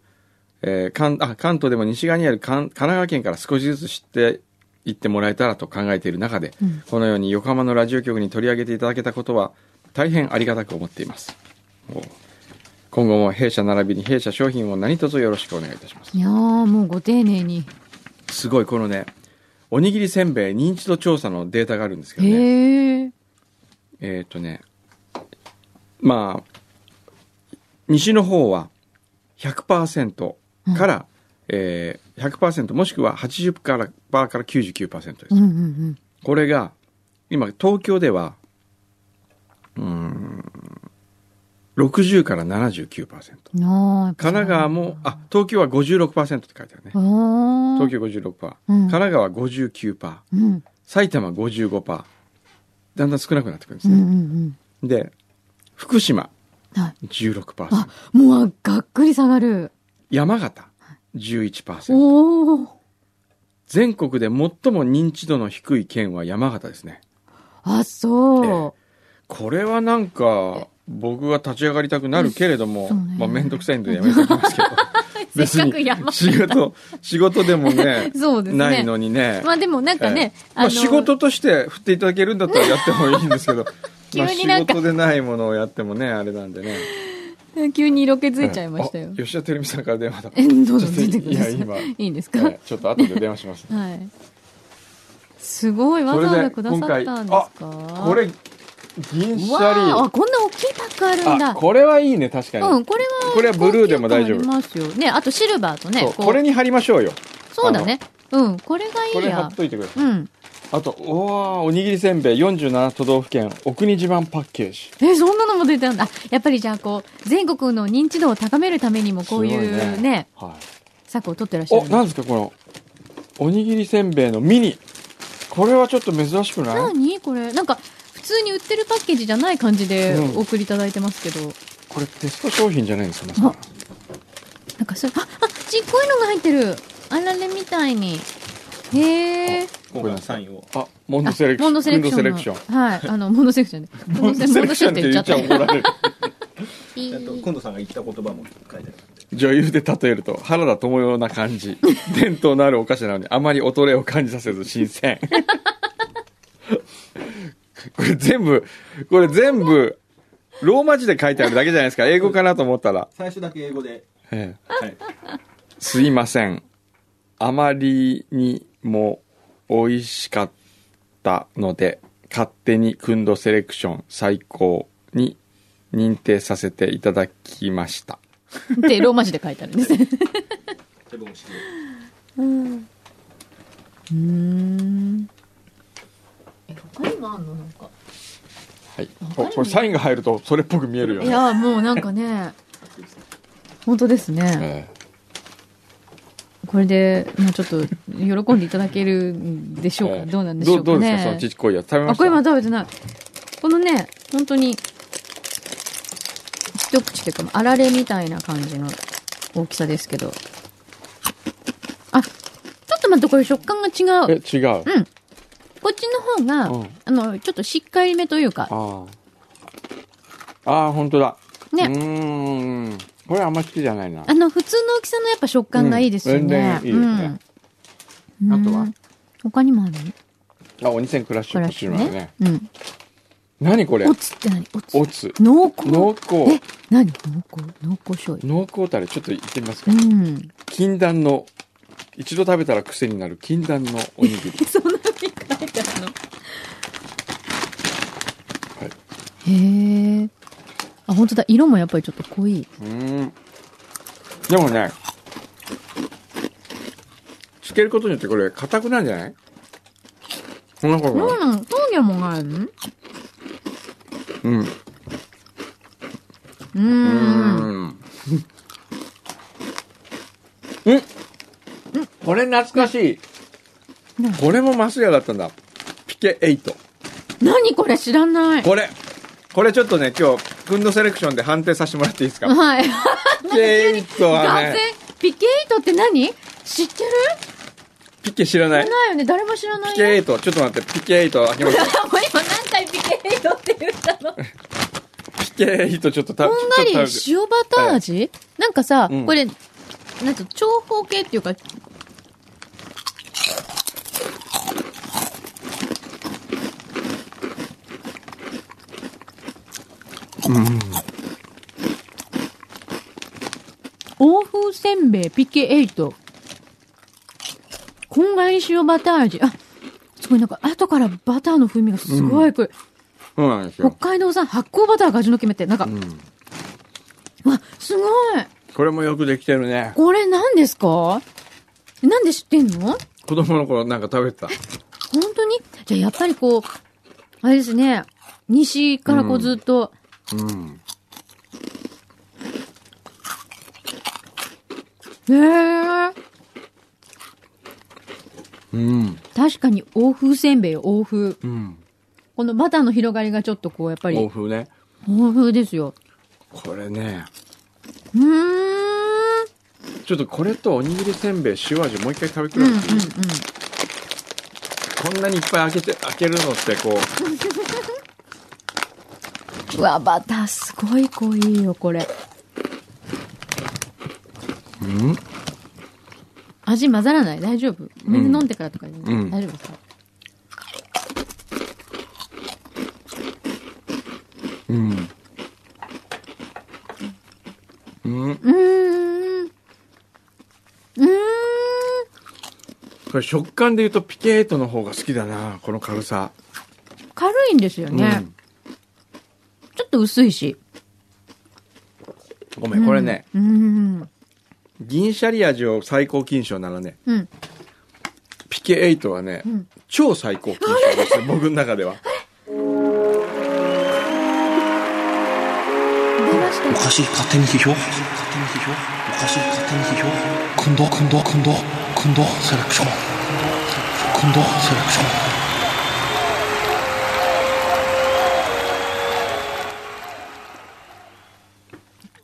S2: ええー関あ関東でも西側にある関神奈川県から少しずつ知っていってもらえたらと考えている中で、
S1: うん
S2: このように横浜のラジオ局に取り上げていただけたことは大変ありがたく思っていますおう今後も弊社並びに弊社商品を何卒よろしくお願いいたします
S1: いやーもうご丁寧に。
S2: すごいこのねおにぎりせんべい認知度調査のデータがあるんですけどね、
S1: へえ。
S2: えっ、とね、まあ、西の方は100%から、えー、100%もしくは80%からパーから99%で
S1: う
S2: す。
S1: んうんうん。
S2: これが、今東京では、うーん、60から79%。神
S1: なあ。
S2: 奈川も、あ、東京は56%って書いてあるね。
S1: ああ。
S2: 東京
S1: う
S2: 56%。
S1: ん
S2: 神奈川59%。
S1: うん。
S2: 埼玉55%。だんだん少なくなってくるんです
S1: うんう
S2: ね。
S1: ん
S2: で、福島
S1: うん。はい。
S2: 16%
S1: あ、もうがっくり下がる。
S2: 山形11%
S1: おお。
S2: 全国で最も認知度の低い県は山形ですね
S1: あ、そう。
S2: これはなんか僕が立ち上がりたくなるけれども、
S1: そうね
S2: まあ面倒くさいんでやめときますけど別
S1: せっかく
S2: に
S1: 山。
S2: 仕事仕事でもね
S1: そうですね。
S2: ないのにね、
S1: まあでもなんかね
S2: え、えま
S1: の
S2: あ、仕事として振っていただけるんだったらやってもいいんですけど
S1: 急になんか
S2: まあ、仕事でないものをやってもねあれなんでね
S1: 急に色気づいちゃいましたよ
S2: あ。吉田照美さんから電話だ
S1: え、どうぞ
S2: ち
S1: 出
S2: ょっと
S1: てください。
S2: いや今
S1: いいんですか、
S2: ええちょっと後で電話 します
S1: はい。すごい、わざわざくださったんですか
S2: これ銀シ
S1: わあ、
S2: ャ
S1: あこんな大きいパックあるん
S2: リあ
S1: だ。
S2: これはいいね確かに、
S1: うん、これは、
S2: これはブルーでも大丈夫
S1: 高級感ありますよ。ね、あとシルバーとね、
S2: そう
S1: こう
S2: これに貼りましょうよ
S1: そうだね。うん、これがい
S2: こ
S1: い
S2: れ貼
S1: や
S2: っ。といてください
S1: うん。
S2: あとおわーおにぎりせんべい47都道府県お国自慢パッケージ
S1: え、そんなのも出てるんだ。あやっぱりじゃあ、こう、全国の認知度を高めるためにも、こうい
S2: すご
S1: う
S2: い
S1: ね、
S2: は
S1: 策を取ってらっし
S2: い、
S1: ゃ
S2: お
S1: る。
S2: なんですかこのおにぎりせんべいのミニこれはちょっと珍しくな
S1: ないにこれ。なんか、普通に売ってるパッケージじゃない感じで
S2: うん
S1: お送りいただいてますけど。
S2: これテスト商品じゃないんですかまさか
S1: なんかそれ、あ、あ、ちっこいのが入ってる。あられみたいに。へえ。
S3: 今回のサインを。
S2: あモンド
S1: あ
S2: セレクション
S1: モンドセレクションの。
S2: モンドセレクシ
S1: はい。あの、モンドセレクションで。
S2: ョンモンドセレクションって言っちゃ怒られる
S1: ピ
S3: ちゃんと、
S1: ー
S3: 今度さんが言った言葉も書いてある。
S2: 女優で例えると原田知世な感じ伝統のあるお菓子なのにあまり衰えを感じさせず新鮮 これ全部これ全部ローマ字で書いてあるだけじゃないですか英語かなと思ったら、
S3: 最初だけ英語で。
S2: ええ
S3: はい。
S2: すいませんあまりにも美味しかったので勝手にくんどセレクション最高に認定させていただきました
S1: って、ローマ字で書いてあるんです。う
S3: 多分知って
S1: ー
S3: る
S1: ん。え、他にもあんのなんか。
S2: はい、ここれサインが入るとそれっぽく見えるよ
S1: い
S2: ね
S1: や、もうなんかね。本当ですね。
S2: ええ
S1: これで、まあちょっと、喜んでいただけるんでしょうか。どうなんでしょう
S2: ど
S1: か
S2: うです
S1: ね。
S2: かそのちっこいやつ食べま
S1: あ、
S2: し
S1: これ
S2: た
S1: まだ食べてない。このね、本当に、一口というか、あられみたいな感じの大きさですけど。あ、ちょっと待って、これ食感が違
S2: え
S1: う。
S2: 違う、
S1: うん。こっちの方が、
S2: うん
S1: あの、ちょっとしっかりめというか、
S2: ああああ本当だう
S1: ね、
S2: ーんこれあんま好きじゃないな
S1: あの、普通の大きさのやっぱ食感がいいですよね。
S2: うん全然いいですね
S1: うん
S2: あとは
S1: うん他にもあるの
S2: あ鬼せんクラッシ
S1: こ
S2: ュ
S1: れ
S2: こっちのねね
S1: ね。うん。
S2: 何これ
S1: おつって何おつ
S2: おつ
S1: 濃厚。
S2: 濃
S1: え
S2: 厚、
S1: 何濃厚濃厚醤油。
S2: 濃厚たれちょっといってみますか、
S1: うん。
S2: 禁断の一度食べたら癖になる禁断のおに ぎり
S1: そんなに書いてあるの、
S2: はい
S1: へえ。あ、本当だ。色もやっぱりちょっと濃い。
S2: うーんでもねつけることによってこれ硬くなんじゃないそんなことない
S1: うん、峠もがあるの
S2: うん
S1: う。
S2: うんん。うん。これ懐かしい
S1: うん。
S2: これもマスヤだったんだ。ピケ8。
S1: 何これ知らない。
S2: これ。これちょっとね、今日、くんどセレクションで判定させてもらっていいですか
S1: はい。
S2: ピケ8は
S1: 完
S2: ね
S1: 全、、ピケイトって何知ってる
S2: ピケ知ら
S1: 知
S2: ない
S1: ら。ないよね。誰も知らな
S2: ピ
S1: いよ。
S2: ケ8、ちょっと待って、ピケ8、秋元さん。
S1: もう今何回ピケイトって言ったの
S2: ピケ8、ちょっとた
S1: こんがり
S2: ちょっと食べて
S1: 塩バター味、なんかさ、
S2: うん
S1: これ、なんと長方形っていうか、欧風せんべい PK8。こんがり塩バター味。あ、すごいなんか後からバターの風味がすごい来る。
S2: そうなんです
S1: 北
S2: よ。
S1: 海道産発酵バターが味の決め手。なんか、
S2: うん
S1: うわ、すごい
S2: これもよくできてるね。
S1: これ何ですかなんで知ってんの本
S2: 子供の頃なんか食べてた。
S1: 当にじゃあやっぱりこう、あれですね、西からこうずっと、
S2: うん。
S1: へえ
S2: うん。
S1: 確かに欧風せんべい、欧風。
S2: うん。
S1: このバターの広がりがちょっとこう、やっぱ
S2: 欧
S1: り、
S2: 風ね。
S1: 欧風ですよ。
S2: これね。
S1: うーん。うん
S2: ちょっとこれとおにぎりせんべい塩味もう一回食べ比べ
S1: うんう
S2: て
S1: ん
S2: みる、。こんなにいっぱい開けて、開けるのってこ
S1: う
S2: う、
S1: わ、バターすごい濃いよ、これ。
S2: うん
S1: 味混ざらない大丈夫水飲んでからとかで、
S2: ん
S1: 大丈夫ですか
S2: うん。うん。
S1: うーん。うーん。
S2: これ食感で言うとピケートの方が好きだな、この軽さ。
S1: 軽いんですよね。ちょっと薄いし。
S2: うん、ごめん、これね、
S1: うーん。
S2: 銀シャリ味を最高金賞ならね、
S1: うん。
S2: ピケエイトはね、
S1: ん
S2: 超最高金賞ですよ、僕の中では。
S1: 出まし
S6: お
S1: た。
S6: かしい勝手に批評おかしい勝手に批評今度今度今度今度セレクション今度セレクション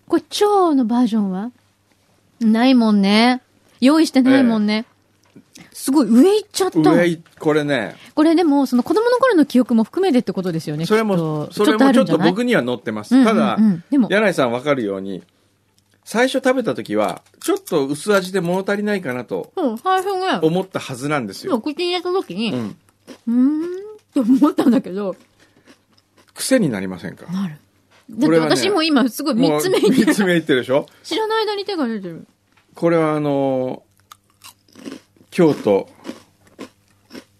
S1: これ、超のバージョンはないもんね。用意してないもんね。すごい、上行っちゃった。
S2: 上い、これね、
S1: これでも、その子供の頃の記憶も含めてってことですよね。
S2: それ
S1: きっ
S2: も
S1: と、
S2: それもちょっ
S1: ちょっとある
S2: と
S1: んじゃない
S2: 僕には乗って
S1: う
S2: ま
S1: んう
S2: す。
S1: んう
S2: た
S1: ん
S2: だ
S1: でも、
S2: 柳井さんわかるように、最初食べた時は、ちょっと薄味で物足りないかなと
S1: うん、最初が、
S2: 思ったはずなんです
S1: 今
S2: よ。
S1: 口に入れた時に、
S2: う。
S1: うんーんって思ったんだけど、
S2: 癖になりませんか
S1: なる。だっ
S2: こ
S1: て
S2: れはね
S1: 私も今すごい三
S2: もう
S1: つ目に、
S2: 三つ目いってるでしょ
S1: 知らない間に手が出てる。
S2: これはあのー京都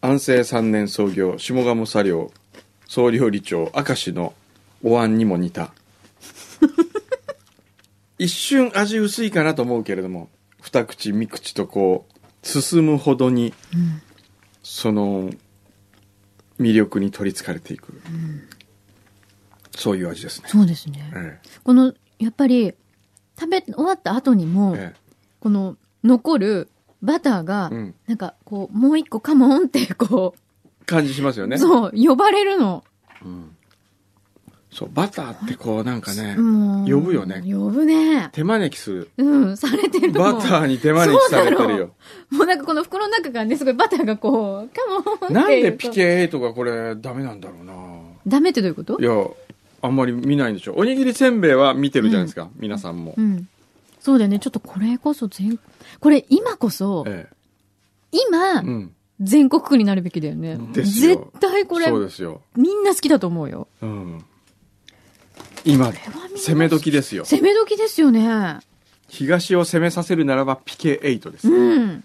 S2: 安政三年創業下鴨茶寮総料理長明石のお椀にも 似た一瞬味薄いかなと思うけれども二口三口とこう進むほどに、その魅力に取りつかれていく、そういう味ですね、
S1: そうですね。
S2: え
S1: この、やっぱり、食べ終わった後に
S2: え
S1: も、
S2: え
S1: この、残るバターが、
S2: うん
S1: なんか、こう、もう一個カモンって、こ
S2: え感じしますよ
S1: う、
S2: ね
S1: そう、呼ばれるの。
S2: そうバターってこうなんかね、
S1: もう
S2: 呼ぶよね
S1: 呼ぶね。
S2: 手招きする
S1: うん、されてるもん
S2: バターに手招きされてるよ。
S1: もうなんかこの袋の中がね、すごいバターがこう、カモンって。
S2: なんで PK8 がこれダメなんだろうな
S1: ダメってどういうこと
S2: いやあんまり見ないんでしょおにぎりせんべいは見てるじゃないですか、皆さんも、
S1: うん。そうだよね。ちょっとこれこそ全、これ今こそ、
S2: え
S1: 今
S2: え、うん
S1: 全国区になるべきだよね。
S2: ですよ
S1: 絶対これ
S2: そ、うですよ、
S1: みんな好きだと思うよ。
S2: うん、今
S1: みんな
S2: 攻め時ですよ
S1: 攻め時ですよね。
S2: 東を攻めさせるならば PK8 です、
S1: うん。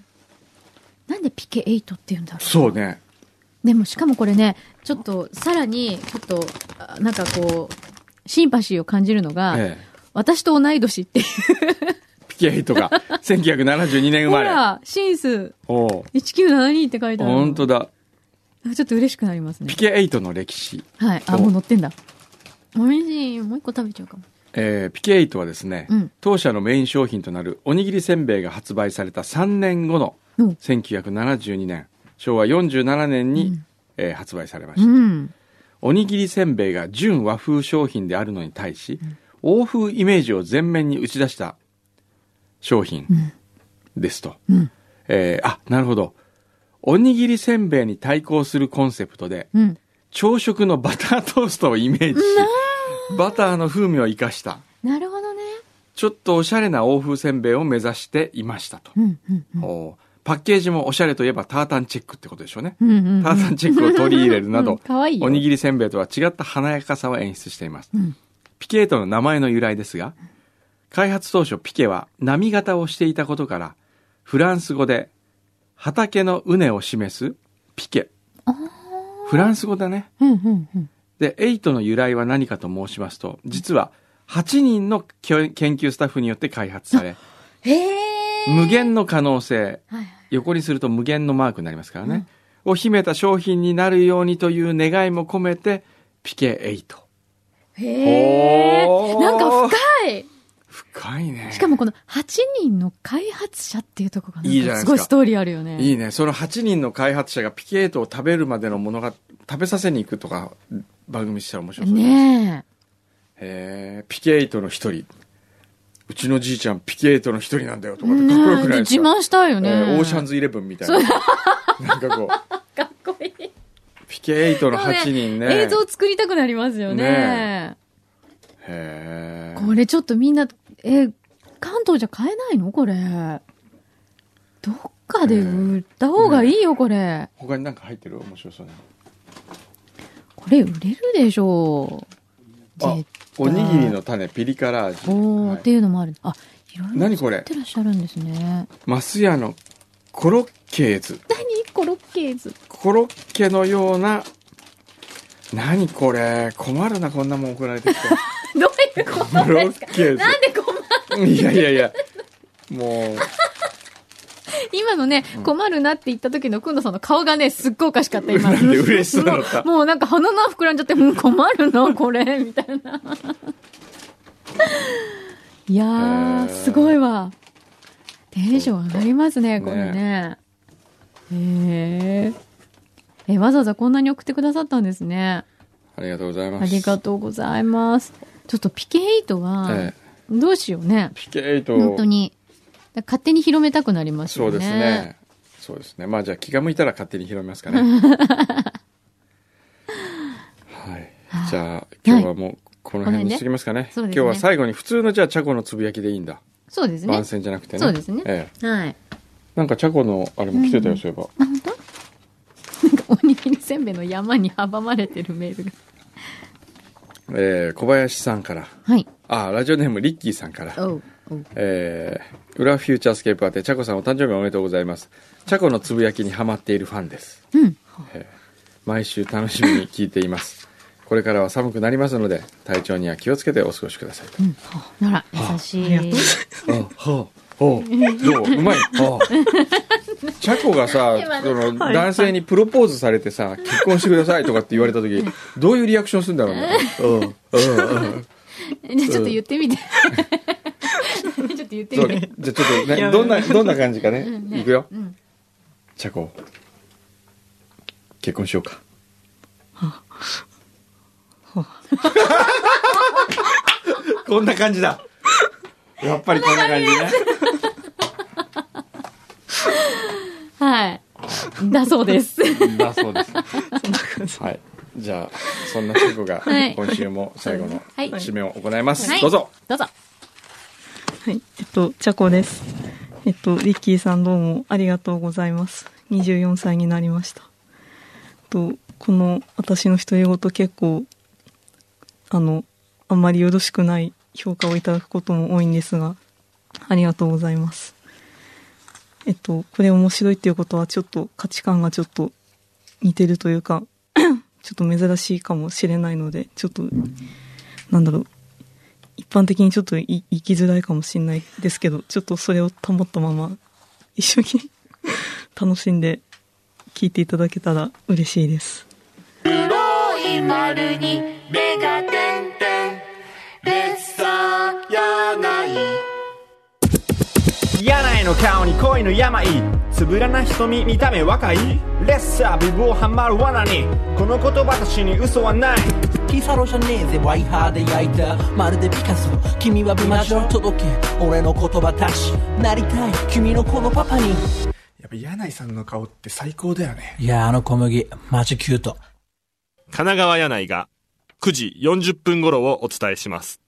S1: なんでピケ8って言うんだろう。
S2: そうね
S1: でもしかもこれね、ちょっとさらに、ちょっと、あなんかこう、シンパシーを感じるのが、
S2: え
S1: 私と同い年っていう。
S2: え PK8 が1972年生
S1: ほ
S2: まれ
S1: ら、シンス
S2: おお
S1: 1972って書いてあるの。
S2: 本当だ
S1: ちょっと嬉しくなりますね。
S2: PK8 の歴史
S1: はい。あ、
S2: そう
S1: もう乗ってんだ。おいしい。もう一個食べちゃうかも。
S2: えー、ピケイトはですね、
S1: うん
S2: 当社のメイン商品となるおにぎりせんべいが発売された3年後の
S1: うん
S2: 1972年昭和47年に、
S1: うん
S2: えー発売されました、
S1: うん。
S2: おにぎりせんべいが純和風商品であるのに対し、欧風イメージを前面に打ち出した商品ですと、
S1: ん
S2: えーあなるほどおにぎりせんべいに対抗するコンセプトで
S1: うん。
S2: 朝食のバタートーストをイメージしバターの風味を生かした
S1: なるほどね。
S2: ちょっとおしゃれな欧風せんべいを目指していましたと。
S1: うんうんうん
S2: おパッケージもおしゃれといえばタータンチェックってことでしょうね。
S1: うんうんうん
S2: タータンチェックを取り入れるな
S1: うん
S2: ど、
S1: かわいいよ
S2: おにぎりせんべいとは違った華やかさを演出しています。
S1: うん
S2: ピケートの名前の由来ですが、開発当初ピケは波形をしていたことから、フランス語で畑の畝を示すピケ。フランス語だね。
S1: うんうんうん
S2: で、8の由来は何かと申しますと、実は8人の研究スタッフによって開発され、
S1: へえ
S2: 無限の可能性、
S1: はい
S2: 横にすると無限のマークになりますからね、を秘めた商品になるようにという願いも込めて、ピケ8。
S1: へえ
S2: ほー
S1: なんか深い
S2: 深いね。
S1: しかもこの8人の開発者っていうとこがない
S2: い
S1: ん
S2: じゃ
S1: か
S2: ないですす
S1: ご
S2: か
S1: いストーリーあるよね。
S2: いいね。その8人の開発者がピケートを食べるまでのものが食べさせに行くとか、番組したら面白そうです。
S1: ね
S2: へーピケートの一人。うちのじいちゃんピケートの一人なんだよと
S1: え。
S2: かってかっこよく
S1: ね
S2: な
S1: え
S2: いです
S1: 自
S2: か、
S1: 慢したいよね。
S2: えーオーシャンズイレブンみたいな。なんかこう、
S1: かっこいい。
S2: ピケートの8人ね。
S1: 映像作りたくなりますよね。
S2: ねへー
S1: これちょっとみんな、え、関東じゃ買えないのこれ。どっかで売った方がいいよ、これ。
S2: 他になんか入ってる面白そうな。
S1: これ売れるでしょう。
S2: あ
S1: 絶、
S2: おにぎりの種、ピリ辛味。
S1: 対。おー、
S2: はい
S1: っていうのもある。あ、いろいろ
S2: 何こ
S1: 売っ
S2: れ
S1: てらっしゃるんですね。
S2: マスヤのコロッケーズ。
S1: 何コロッケーズ。
S2: コロッケのような、何これ、困るな、こんなもん送られ てきて。
S1: どういうこ
S2: コ
S1: と
S2: ロ
S1: です
S2: ッケ
S1: なんで困る
S2: ーズ。いやいやいや、もう、
S1: 今のね、困るなって言った時のくんどさんの顔がね、すっごいおかしかった、今。
S2: なんで 嬉しそうだった
S1: もうもうなんか鼻の穴膨らんじゃって、うん、困るな、これ、みたい な。いや
S2: へ
S1: ー、
S2: ー
S1: すごいわ。テンション上がりますね、これね。へー。え、わざわざこんなに送ってくださったんですね。
S2: ありがとうござい
S1: あ
S2: ます。
S1: りがとうございます。ちょっとピケイトは
S2: え、
S1: どうしようね。
S2: ピケート。
S1: 本当に。勝手に広めたくなります
S2: そ
S1: よね。
S2: うですね。そうですね。まあじゃあ気が向いたら勝手に拾いま すかね。はい。じゃあ今日はもうこの辺にしときますかね。
S1: そう
S2: 今
S1: です
S2: 日
S1: ね
S2: は最後に普通のじゃあチャコのつぶやきでいいんだ。
S1: そうですね
S2: 番。宣じゃなくてね。
S1: そうですね
S2: ええ
S1: はい。
S2: なんかチャコのあれも来てたよ、
S1: うん
S2: そういえば。
S1: あ、本当？なんか おにぎりせんべいの山に阻まれてるメールが。
S2: えー小林さんから。
S1: はい。
S2: あ、ラジオネームリッキーさんから。
S1: おう。おう
S2: えー、裏フューチャースケープあて、チャコさんお誕生日おめでとうございます。チャコのつぶやきにハマっているファンです。
S1: うん。
S2: えー毎週楽しみに聞いています。これからは寒くなりますので、体調には気をつけてお過ごしください。
S1: うん。なら、優しい。
S2: あ、はあ、はあ、どううまい。はあ。チャコがさ、その、男性にプロポーズされてさ、結婚してくださいとかって言われた時、どういうリアクションするんだろうね。うん、うん、うん。
S1: じ ゃあちょっと言ってみて。ちょっと言って
S2: そう
S1: み
S2: じゃあ
S1: て。
S2: ちょっとね、どんな、どんな感じかね
S1: ん。ね
S2: いくよ。
S1: うん。
S2: チャコ、結婚しよう か。こんな感じだ。やっぱりこんな感じね。
S1: はい。だそう です。
S2: だそうです。はい。じゃあ、そんなチャコが
S1: はい
S2: 今週も最後の
S1: はい
S2: 締めを行います。
S1: はい
S2: どうぞ。
S1: どうぞ。
S5: はい、えっと、チャコです。えっと、リッキーさんどうもありがとうございます。24歳になりました。と、この私の独り言結構、あの、あんまりよろしくない評価をいただくことも多いんですが、ありがとうございます。えっと、これ面白いっていうことはちょっと価値観がちょっと似てるというか、 ちょっと珍しいかもしれないので、ちょっと、なんだろう、一般的にちょっとい生きづらいかもしれないですけど、ちょっとそれを保ったまま、一緒に 楽しんで聞いていただけたら嬉しいです。
S7: 柳井の顔に恋の病つぶらな瞳見た目若いレッサー美貌ハマる罠にこの言葉たちに嘘はない
S8: ピサロじゃねえぜワイハーで焼いたまるでピカソ君は美魔女届け俺の言葉たちなりたい君のこのパパに
S7: やっぱ柳井さんの顔って最高だよね
S8: いやあの小麦マジキュート
S9: 神奈川柳井が9時40分頃をお伝えします。